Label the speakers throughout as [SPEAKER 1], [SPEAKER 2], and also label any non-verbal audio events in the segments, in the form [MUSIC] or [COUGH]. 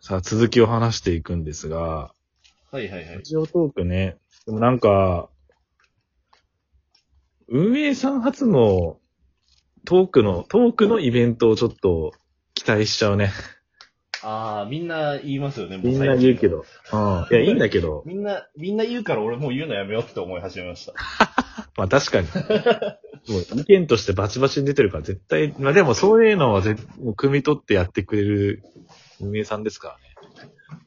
[SPEAKER 1] さあ、続きを話していくんですが、
[SPEAKER 2] はいはいは
[SPEAKER 1] ラ
[SPEAKER 2] い。
[SPEAKER 1] ジオトークね、でもなんか、運営さん初のトークの、トークのイベントをちょっと期待しちゃうね。
[SPEAKER 2] ああ、みんな言いますよね、もう
[SPEAKER 1] みんな言うけ。ど。うん。いや、いいんだけど。
[SPEAKER 2] みんな、みんな言うから俺もう言うのやめようって思い始めました。
[SPEAKER 1] まあ確 [LAUGHS] かに。もう意見としてバチバチに出てるから絶対、まあでもそういうのは絶もう汲み取ってやってくれる運営さんですか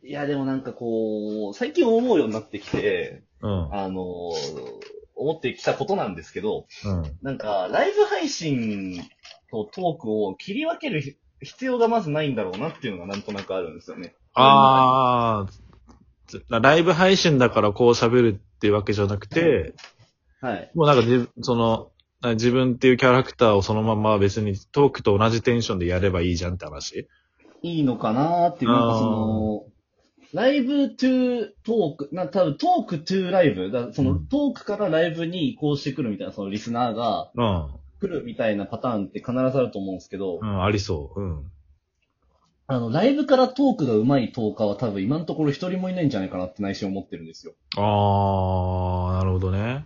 [SPEAKER 2] いや、でもなんかこう、最近思うようになってきて、
[SPEAKER 1] らね。
[SPEAKER 2] あのー思ってきたことなんですけど、
[SPEAKER 1] うん。うん。
[SPEAKER 2] なんか、ライブ配信とトークを切り分けるひ必要がまずないんだろうなっていうのがなんとなくあるんですよね。
[SPEAKER 1] ああ、ライブ配信だからこう喋るっていうわけじゃなくて、
[SPEAKER 2] はい。
[SPEAKER 1] もうなんかじ、その、自分っていうキャラクターをそのまま別にトークと同じテンションでやればいいじゃんって話
[SPEAKER 2] いいのかなーっていう、なんかその、ライブトゥートーク、な、多分トークトゥーライブ、だそ
[SPEAKER 1] う
[SPEAKER 2] の
[SPEAKER 1] ん
[SPEAKER 2] トークからライブに移行してくるみたいな、そのリスナーが
[SPEAKER 1] うん。
[SPEAKER 2] 来るみたいなパターンって必ずあると思うんですけど、
[SPEAKER 1] うん、ありそう。うん。
[SPEAKER 2] あの、ライブからトークが上手いトーカーは多分今のところ一人もいないんじゃないかなって内心思ってるんですよ。
[SPEAKER 1] ああ、なるほどね。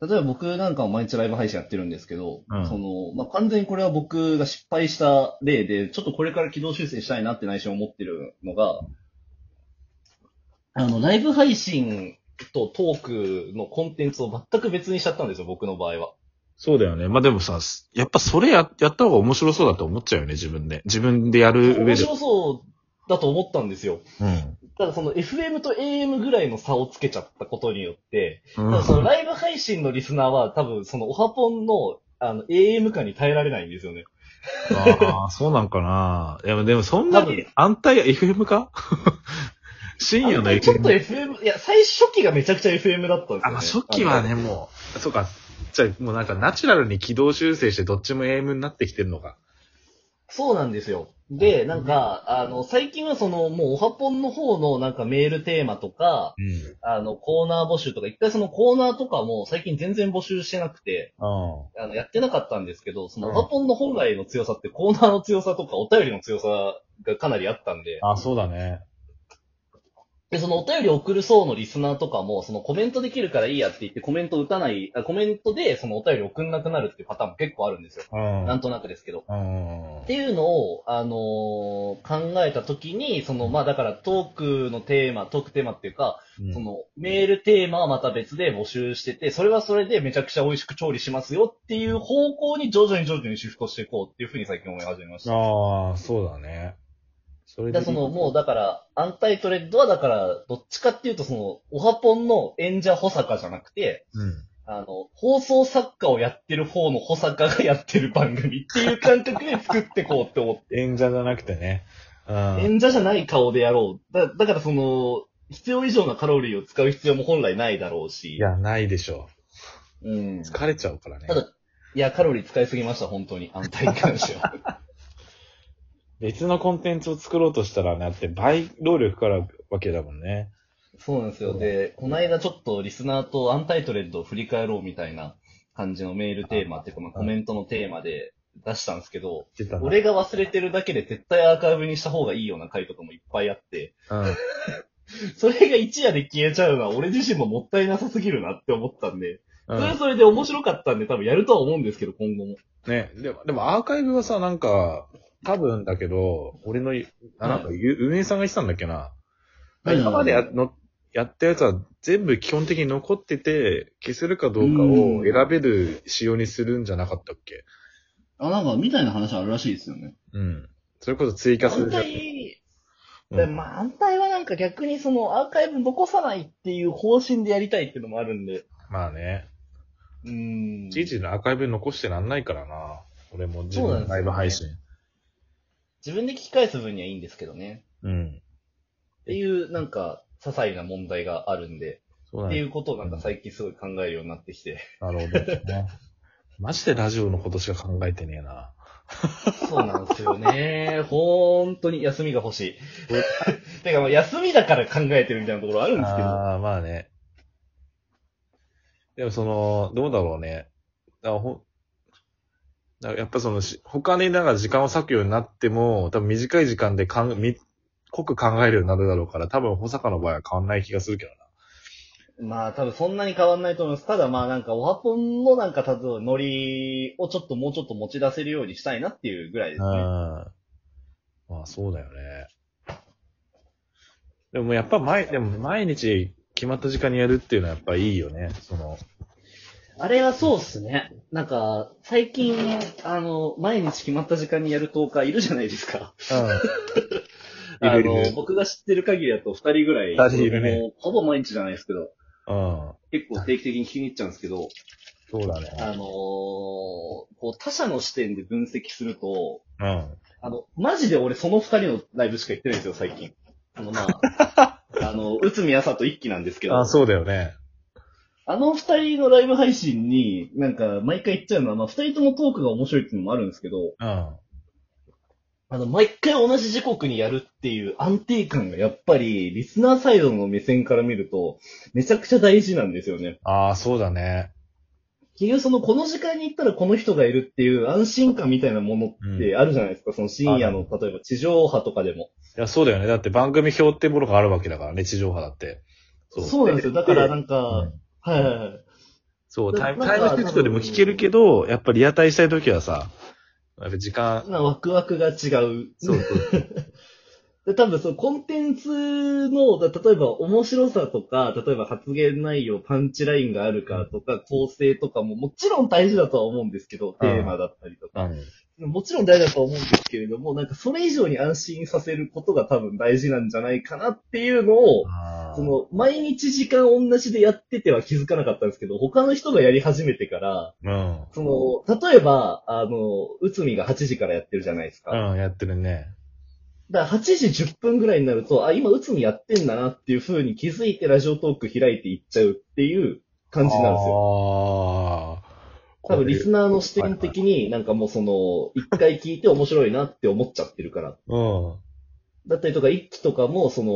[SPEAKER 2] 例えば僕なんかも毎日ライブ配信やってるんですけど、
[SPEAKER 1] うん
[SPEAKER 2] その、まあ、完全にこれは僕が失敗した例で、ちょっとこれから軌道修正したいなって内心思ってるのが、あの、ライブ配信とトークのコンテンツを全く別にしちゃったんですよ、僕の場合は。
[SPEAKER 1] そうだよね。まあ、でもさ、やっぱそれや、やった方が面白そうだと思っちゃうよね、自分で。自分でやる上
[SPEAKER 2] 面
[SPEAKER 1] で。
[SPEAKER 2] 白そうだと思ったんですよ。
[SPEAKER 1] うん。
[SPEAKER 2] ただその FM と AM ぐらいの差をつけちゃったことによって、
[SPEAKER 1] う
[SPEAKER 2] ただ
[SPEAKER 1] ん
[SPEAKER 2] そのライブ配信のリスナーは多分そのオハポンのあの AM 感に耐えられないんですよね。
[SPEAKER 1] ああ、そうなんかな。いや、でもそんな
[SPEAKER 2] 多
[SPEAKER 1] に
[SPEAKER 2] 分
[SPEAKER 1] 安泰 FM か [LAUGHS] 深夜の
[SPEAKER 2] あのちょっと
[SPEAKER 1] FM。
[SPEAKER 2] FM、いや、最初期がめちゃくちゃ FM だったんですよ、ね。
[SPEAKER 1] あ、まあ、初期はね、もう、そうか。じゃあもうなんかナチュラルに軌道修正してどっちも AM になってきてるのか。
[SPEAKER 2] そうなんですよ。で、なんか、あの、最近はその、もう、オハポンの方の、なんかメールテーマとか、
[SPEAKER 1] うん。
[SPEAKER 2] あの、コーナー募集とか、一回そのコーナーとかも、最近全然募集してなくて、
[SPEAKER 1] あ
[SPEAKER 2] あの、やってなかったんですけど、その、
[SPEAKER 1] うん
[SPEAKER 2] オハポンの本来の強さって、コーナーの強さとか、お便りの強さがかなりあったんで、
[SPEAKER 1] あ、そうだね。
[SPEAKER 2] で、そのお便り送る層のリスナーとかも、そのコメントできるからいいやって言って、コメント打たない、あコメントで、そのお便り送んなくなるっていうパターンも結構あるんですよ。
[SPEAKER 1] うん。
[SPEAKER 2] なんとなくですけど。
[SPEAKER 1] うん。
[SPEAKER 2] っていうのを、あのー考えたときに、その、まあだからトークのテーマ、トークテーマっていうか、
[SPEAKER 1] うん
[SPEAKER 2] そのメールテーマはまた別で募集してて、それはそれでめちゃくちゃ美味しく調理しますよっていう方向に徐々に徐々にシフトしていこうっていうふうに最近思い始めました。
[SPEAKER 1] ああ、そうだね。それ
[SPEAKER 2] だからその、もうだから、アンタイトレッドはだから、どっちかっていうとその、オハポンの演者保坂じゃなくて、
[SPEAKER 1] うん。
[SPEAKER 2] あの、放送作家をやってる方の保坂がやってる番組っていう感覚で作ってこうって思って
[SPEAKER 1] 演者じゃなくてね。うん。
[SPEAKER 2] 演者じゃない顔でやろう。だだからその、必要以上のカロリーを使う必要も本来ないだろうし。
[SPEAKER 1] い、や、ないでしょ
[SPEAKER 2] うん。
[SPEAKER 1] う。疲れちゃうからね。
[SPEAKER 2] ただ、いや、カロリー使いすぎました、本当に。安泰に関して [LAUGHS] は。
[SPEAKER 1] 別のコンテンツを作ろうとしたらね、だって倍労力からわけだもんね。
[SPEAKER 2] そうなんですよ。で、この間ちょっとリスナーとアンタイトレッドを振り返ろうみたいな感じのメールテーマっていうか、まあ、コメントのテーマで出したんですけど、
[SPEAKER 1] 言ってたな
[SPEAKER 2] 俺が忘れてるだけで絶対アーカイブにした方がいいような回とかもいっぱいあって、
[SPEAKER 1] うん。
[SPEAKER 2] それが一夜で消えちゃうのは俺自身ももったいなさすぎるなって思ったんで、
[SPEAKER 1] う
[SPEAKER 2] それは
[SPEAKER 1] ん、
[SPEAKER 2] それで面白かったんで、多分やるとは思うんですけど、今後も。
[SPEAKER 1] ね、でも、でもアーカイブはさ、なんか、多分だけど、俺の、あなんか、
[SPEAKER 2] う
[SPEAKER 1] ゆ運営さんが言ってたんだっけな。
[SPEAKER 2] うん
[SPEAKER 1] 今までやのやったやつは全部基本的に残ってて、消せるかどうかを選べる仕様にするんじゃなかったっけ
[SPEAKER 2] あ、なんか、みたいな話あるらしいですよね。
[SPEAKER 1] うん。それこそ追加す
[SPEAKER 2] 安
[SPEAKER 1] るじゃん。
[SPEAKER 2] 泰、
[SPEAKER 1] う
[SPEAKER 2] で
[SPEAKER 1] ん
[SPEAKER 2] まあ、安泰はなんか逆にそのアーカイブ残さないっていう方針でやりたいっていうのもあるんで。
[SPEAKER 1] まあね。
[SPEAKER 2] うーん。
[SPEAKER 1] じいじのアーカイブ残してらんないからな。俺も自分のライブ配信。
[SPEAKER 2] 自分で聞き返す分にはいいんですけどね。
[SPEAKER 1] うん。
[SPEAKER 2] っていう、なんか、些細な問題があるんで、
[SPEAKER 1] そうだ
[SPEAKER 2] ってい
[SPEAKER 1] ね。
[SPEAKER 2] うことをなんか最近すごい考えるようになってきて。
[SPEAKER 1] なるほど、
[SPEAKER 2] [LAUGHS]
[SPEAKER 1] ね。マジでラジオのことしか考えてねえな。
[SPEAKER 2] そうなんですよ [LAUGHS] ね。ほんとに休みが欲しい。 [LAUGHS] てか、まあ休みだから考えてるみたいなところあるんですけど。
[SPEAKER 1] ああ、まあね。でもその、どうだろうね。だからほんだからやっぱそのし、他にだから時間を割くようになっても、多分短い時間でかん、み、濃く考えるようになるだろうから、多分保坂の場合は変わんない気がするけどな。
[SPEAKER 2] まあ多分そんなに変わんないと思います。ただまあなんか、オハポンのなんか、例えばノリをちょっともうちょっと持ち出せるようにしたいなっていうぐらいですね。
[SPEAKER 1] うん。まあそうだよね。でもやっぱ毎、でも毎日決まった時間にやるっていうのはやっぱいいよね。その、
[SPEAKER 2] あれはそうっすね。なんか、最近、あの、毎日決まった時間にやる10日いるじゃないですか。
[SPEAKER 1] うん。[LAUGHS]
[SPEAKER 2] あ
[SPEAKER 1] いるい
[SPEAKER 2] の、
[SPEAKER 1] る。
[SPEAKER 2] 僕が知ってる限りだと2人ぐらい。
[SPEAKER 1] 二人いるね
[SPEAKER 2] もうほぼ毎日じゃないですけど、
[SPEAKER 1] うん。
[SPEAKER 2] 結構定期的に聞きに行っちゃうんですけど、
[SPEAKER 1] そうだ
[SPEAKER 2] あ
[SPEAKER 1] ね。
[SPEAKER 2] のーこう、他者の視点で分析すると、
[SPEAKER 1] うん。
[SPEAKER 2] あの、マジで俺その二人のライブしか行ってないんですよ、最近。あの、ま
[SPEAKER 1] [LAUGHS]
[SPEAKER 2] あ、あの、内海朝と一期なんですけど、
[SPEAKER 1] あ、そうだよね。
[SPEAKER 2] あの二人のライブ配信に、なんか、毎回行っちゃうのは、まあ、二人ともトークが面白いっていうのもあるんですけど、
[SPEAKER 1] うん。
[SPEAKER 2] あの、毎回同じ時刻にやるっていう安定感がやっぱり、リスナーサイドの目線から見ると、めちゃくちゃ大事なんですよね。
[SPEAKER 1] ああ、そうだね。
[SPEAKER 2] 結局その、この時間に行ったらこの人がいるっていう安心感みたいなものってあるじゃないですか、その深夜の、例えば地上波とかでも。
[SPEAKER 1] いや、そうだよね。だって番組表ってものがあるわけだからね、地上波だって。
[SPEAKER 2] そうなんですよ。だからなんか、
[SPEAKER 1] うん
[SPEAKER 2] はいはいはい。
[SPEAKER 1] そう、タイム、
[SPEAKER 2] なんか
[SPEAKER 1] タイムシフトでも聞けるけど、やっぱりリアタイしたいときはさ、やっぱ時間、
[SPEAKER 2] なワクワクが違う。
[SPEAKER 1] そうそう。
[SPEAKER 2] で多分そのコンテンツの、だ例えば面白さとか、例えば発言内容、パンチラインがあるかとか、構成とかももちろん大事だとは思うんですけど、テーマだったりとか。
[SPEAKER 1] うん
[SPEAKER 2] もちろん大事だとは思うんですけれども、なんかそれ以上に安心させることが多分大事なんじゃないかなっていうのを、
[SPEAKER 1] あー
[SPEAKER 2] その、毎日時間同じでやってては気づかなかったんですけど、他の人がやり始めてから、
[SPEAKER 1] うん。
[SPEAKER 2] その、例えば、あの、内海が8時からやってるじゃないですか。
[SPEAKER 1] うん、やってるね。
[SPEAKER 2] だから8時10分ぐらいになると、あ、今、うつみやってんだなっていう風に気づいてラジオトーク開いていっちゃうっていう感じなんですよ。
[SPEAKER 1] よ。ああ。
[SPEAKER 2] 多分リスナーの視
[SPEAKER 1] はい
[SPEAKER 2] 点
[SPEAKER 1] はい
[SPEAKER 2] 的になんかもうその、一回聞いて面白いなって思っちゃってるから。
[SPEAKER 1] うん。
[SPEAKER 2] だったりとか、一期とかも、その、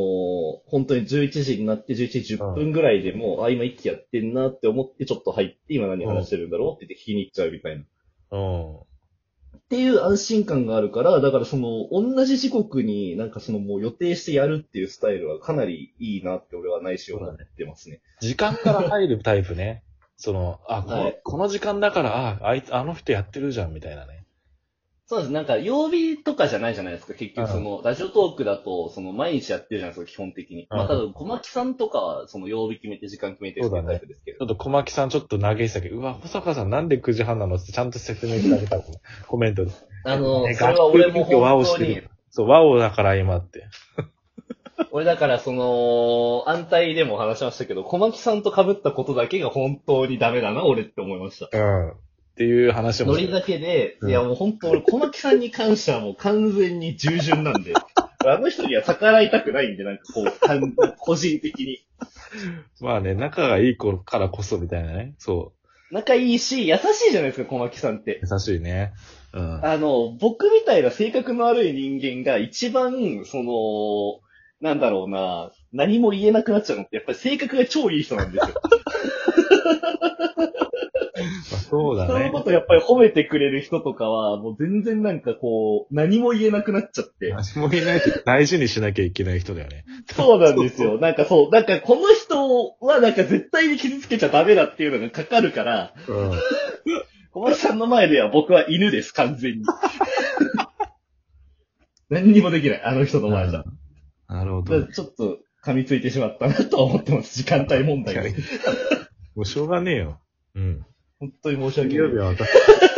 [SPEAKER 2] 本当に11時になって11時10分ぐらいでもう、あ、今一期やってんなって思ってちょっと入って、今何話してるんだろうって言って聞きに行っちゃうみたいな。
[SPEAKER 1] うん。
[SPEAKER 2] っていう安心感があるから、だからその、同じ時刻になんかそのもう予定してやるっていうスタイルはかなりいいなって俺は内緒思ってますね。
[SPEAKER 1] 時間から入るタイプね。その、あ、こ
[SPEAKER 2] は
[SPEAKER 1] の
[SPEAKER 2] い
[SPEAKER 1] この時間だから、あ、あいつ、あの人やってるじゃん、みたいなね。
[SPEAKER 2] そうです。なんか曜日とかじゃないじゃないですか。結局その、ラジオトークだと、その毎日やってるじゃないですか、基本的に。
[SPEAKER 1] うん
[SPEAKER 2] まあ多分、小牧さんとかは、その曜日決めて時間決めてるタイプですけ
[SPEAKER 1] ちょ
[SPEAKER 2] ど。
[SPEAKER 1] っと小牧さんちょっと投げしたけど、うわ、保坂さんなんで9時半なのってちゃんと説明してあげたもん [LAUGHS] コメントで。
[SPEAKER 2] あの、
[SPEAKER 1] ね
[SPEAKER 2] それは俺も
[SPEAKER 1] 和を
[SPEAKER 2] 本
[SPEAKER 1] し
[SPEAKER 2] 当
[SPEAKER 1] て
[SPEAKER 2] に
[SPEAKER 1] る、そう、ワオだから今って。
[SPEAKER 2] 俺だからその、安泰でも話しましたけど、小牧さんと被ったことだけが本当にダメだな、俺って思いました。
[SPEAKER 1] うん。っていう話も
[SPEAKER 2] ノ
[SPEAKER 1] して
[SPEAKER 2] リ
[SPEAKER 1] る。
[SPEAKER 2] だけで、
[SPEAKER 1] うん
[SPEAKER 2] いやもう本当俺、小牧さんに関してはもう完全に従順なんで、 [LAUGHS] あの人には逆らいたくないんで、なんかこうかん、 [LAUGHS] 個人的に。
[SPEAKER 1] まあね、仲がいい子からこそみたいなね。そ
[SPEAKER 2] 仲いいし、優しいじゃないですか、小牧さんって。
[SPEAKER 1] う。優しいね。うん。
[SPEAKER 2] あの、僕みたいな性格の悪い人間が一番、その、なんだろうな、何も言えなくなっちゃうのって、やっぱり性格が超いい人なんです [LAUGHS] よ。
[SPEAKER 1] まあそうだ
[SPEAKER 2] 人の
[SPEAKER 1] ね
[SPEAKER 2] こ。とやっぱり褒めてくれる人とかは、もう全然なんかこう、何も言えなくなっちゃって。
[SPEAKER 1] 何もいないけど大事にしなきゃいけない人だよね。
[SPEAKER 2] そうなんですよ。なんかそう、なんかこの人はなんか絶対に傷つけちゃダメだっていうのがかかるから、
[SPEAKER 1] うん。
[SPEAKER 2] 小林さんの前では僕は犬です、完全に。 [LAUGHS] 何にもできない、あの人の前じゃ。
[SPEAKER 1] なるほ
[SPEAKER 2] だ
[SPEAKER 1] ど。
[SPEAKER 2] からちょっと噛みついてしまったなとは思ってます、時間帯問題 [LAUGHS] で。
[SPEAKER 1] もうしょうがねえよ。うん。
[SPEAKER 2] 本当に申し訳
[SPEAKER 1] 水
[SPEAKER 2] な
[SPEAKER 1] 曜
[SPEAKER 2] い
[SPEAKER 1] 日。は私、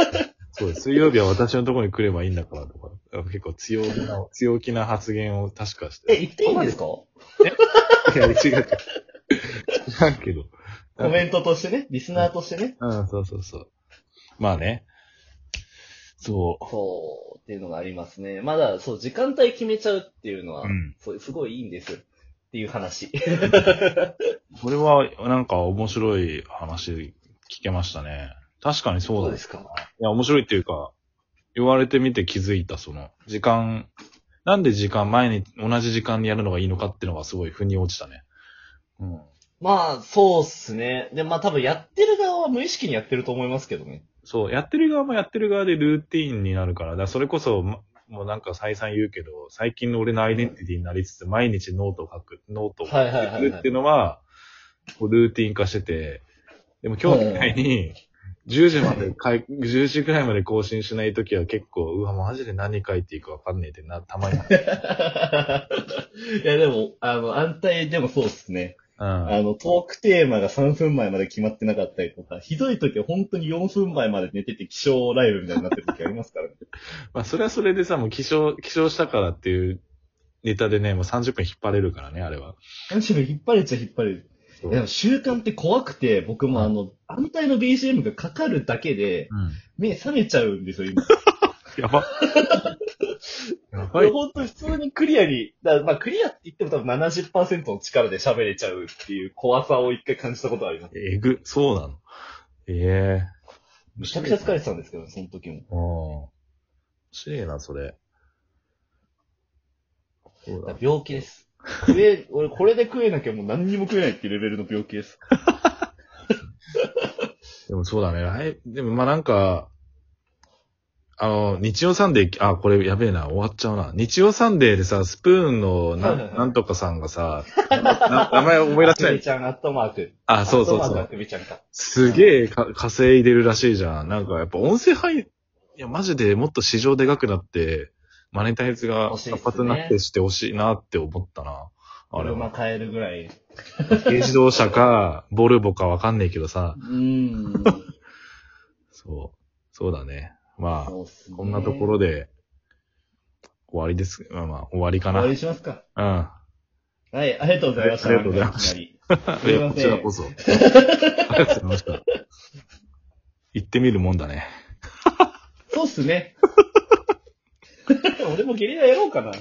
[SPEAKER 1] [LAUGHS] そうです。水曜日は私のところに来ればいいんだからとか、結構強気な、強気な発言を確かして。
[SPEAKER 2] え、言っていいんですか
[SPEAKER 1] いや、違う違う。違うけど。
[SPEAKER 2] コメントとしてね、リスナーとしてね。
[SPEAKER 1] うん、そうそうそう。まあね。そ
[SPEAKER 2] そう、っていうのがありますね。まだ、そう、時間帯決めちゃうっていうのは、
[SPEAKER 1] うん
[SPEAKER 2] そうすごいいいんですよ。っていう話。
[SPEAKER 1] う。これは、なんか面白い話聞けましたね。確かにそうだね。
[SPEAKER 2] すか
[SPEAKER 1] いや、面白いっていうか、言われてみて気づいた、その、時間、なんで時間、前に、同じ時間にやるのがいいのかっていうのがすごい腑に落ちたね。うん。
[SPEAKER 2] まあ、そうっすね。で、まあ多分やってる側は無意識にやってると思いますけどね。
[SPEAKER 1] そう、やってる側もやってる側でルーティーンになるから、だからそれこそ、まもうなんか再三言うけど、最近の俺のアイデンティティになりつつ、毎日ノートを書く、ノートを
[SPEAKER 2] はいはいはい
[SPEAKER 1] する
[SPEAKER 2] は
[SPEAKER 1] ってい
[SPEAKER 2] い。
[SPEAKER 1] うのは、こうルーティン化してて、でも今日みたいに、10時までかい、10時くらいまで更新しないときは結構、うわ、マジで何書いていいかわかんねえってな、たまに。う
[SPEAKER 2] いや、でも、あの、安泰でもそうですね。
[SPEAKER 1] ん。
[SPEAKER 2] あの、トークテーマが3分前まで決まってなかったりとか、ひどい時は本当に4分前まで寝てて起床ライブみたいになってる時ありますからね。
[SPEAKER 1] まあ、それはそれでさ、もう起床、起床したからっていうネタでね、もう30分引っ張れるからね、あれは。
[SPEAKER 2] むしろ引っ張れちゃ引っ張れる。
[SPEAKER 1] そう
[SPEAKER 2] でも習慣って怖くて、僕もあの、安泰の BGM がかかるだけで、
[SPEAKER 1] うん。
[SPEAKER 2] 目覚めちゃうんですよ、今。
[SPEAKER 1] や
[SPEAKER 2] [LAUGHS]
[SPEAKER 1] ば。やばい。
[SPEAKER 2] 本当普通にクリアに、だからまあクリアって言っても多分70%の力で喋れちゃうっていう怖さを一回感じたことあります。
[SPEAKER 1] えぐ、そうなの。ええ
[SPEAKER 2] めちゃくちゃ疲れてたんですけど、その時も。
[SPEAKER 1] うん。面白いな、それ。そうだ。
[SPEAKER 2] 病気です。食え、俺これで食えなきゃもう何にも食えないっていうレベルの病気です。
[SPEAKER 1] でもそうだね。ライでもまあなんか、あの、日曜サンデー、あ、これやべえな、終わっちゃうな。日曜サンデーでさ、スプーンのな,、
[SPEAKER 2] はいはいはい
[SPEAKER 1] なんとかさんがさ、 [LAUGHS] な名前思い出せ
[SPEAKER 2] あ
[SPEAKER 1] な
[SPEAKER 2] くび
[SPEAKER 1] い。
[SPEAKER 2] ちゃん、アットマーク。
[SPEAKER 1] あ、そうそう
[SPEAKER 2] アッ
[SPEAKER 1] そ
[SPEAKER 2] トマークあ
[SPEAKER 1] う。
[SPEAKER 2] くびちゃんか。
[SPEAKER 1] すげえか稼いでるらしいじゃん。なんかやっぱ音声配、いやマジでもっと市場でかくなって、マネタイズが
[SPEAKER 2] 欲しいっす
[SPEAKER 1] 活
[SPEAKER 2] ね
[SPEAKER 1] 発になってしてほしいなって思ったな。あれ
[SPEAKER 2] 車
[SPEAKER 1] は。
[SPEAKER 2] 買えるぐらい。
[SPEAKER 1] 軽自動車か、ボルボかわかんねえけどさ
[SPEAKER 2] う。ん。
[SPEAKER 1] そう。そうだね。まあ。
[SPEAKER 2] そうっすね
[SPEAKER 1] こんなところで、終わりです。まあまあ、終わりか
[SPEAKER 2] 終
[SPEAKER 1] な。
[SPEAKER 2] わ
[SPEAKER 1] うん。
[SPEAKER 2] りにしますか。
[SPEAKER 1] あ
[SPEAKER 2] はい、ありがとうございました。
[SPEAKER 1] ありがとうございました
[SPEAKER 2] いき
[SPEAKER 1] いやこちらこ
[SPEAKER 2] [LAUGHS]
[SPEAKER 1] そ。ありがとうございました。行ってみるもんだね。
[SPEAKER 2] [LAUGHS] なりそうっすね。俺もゲリラやろうかな。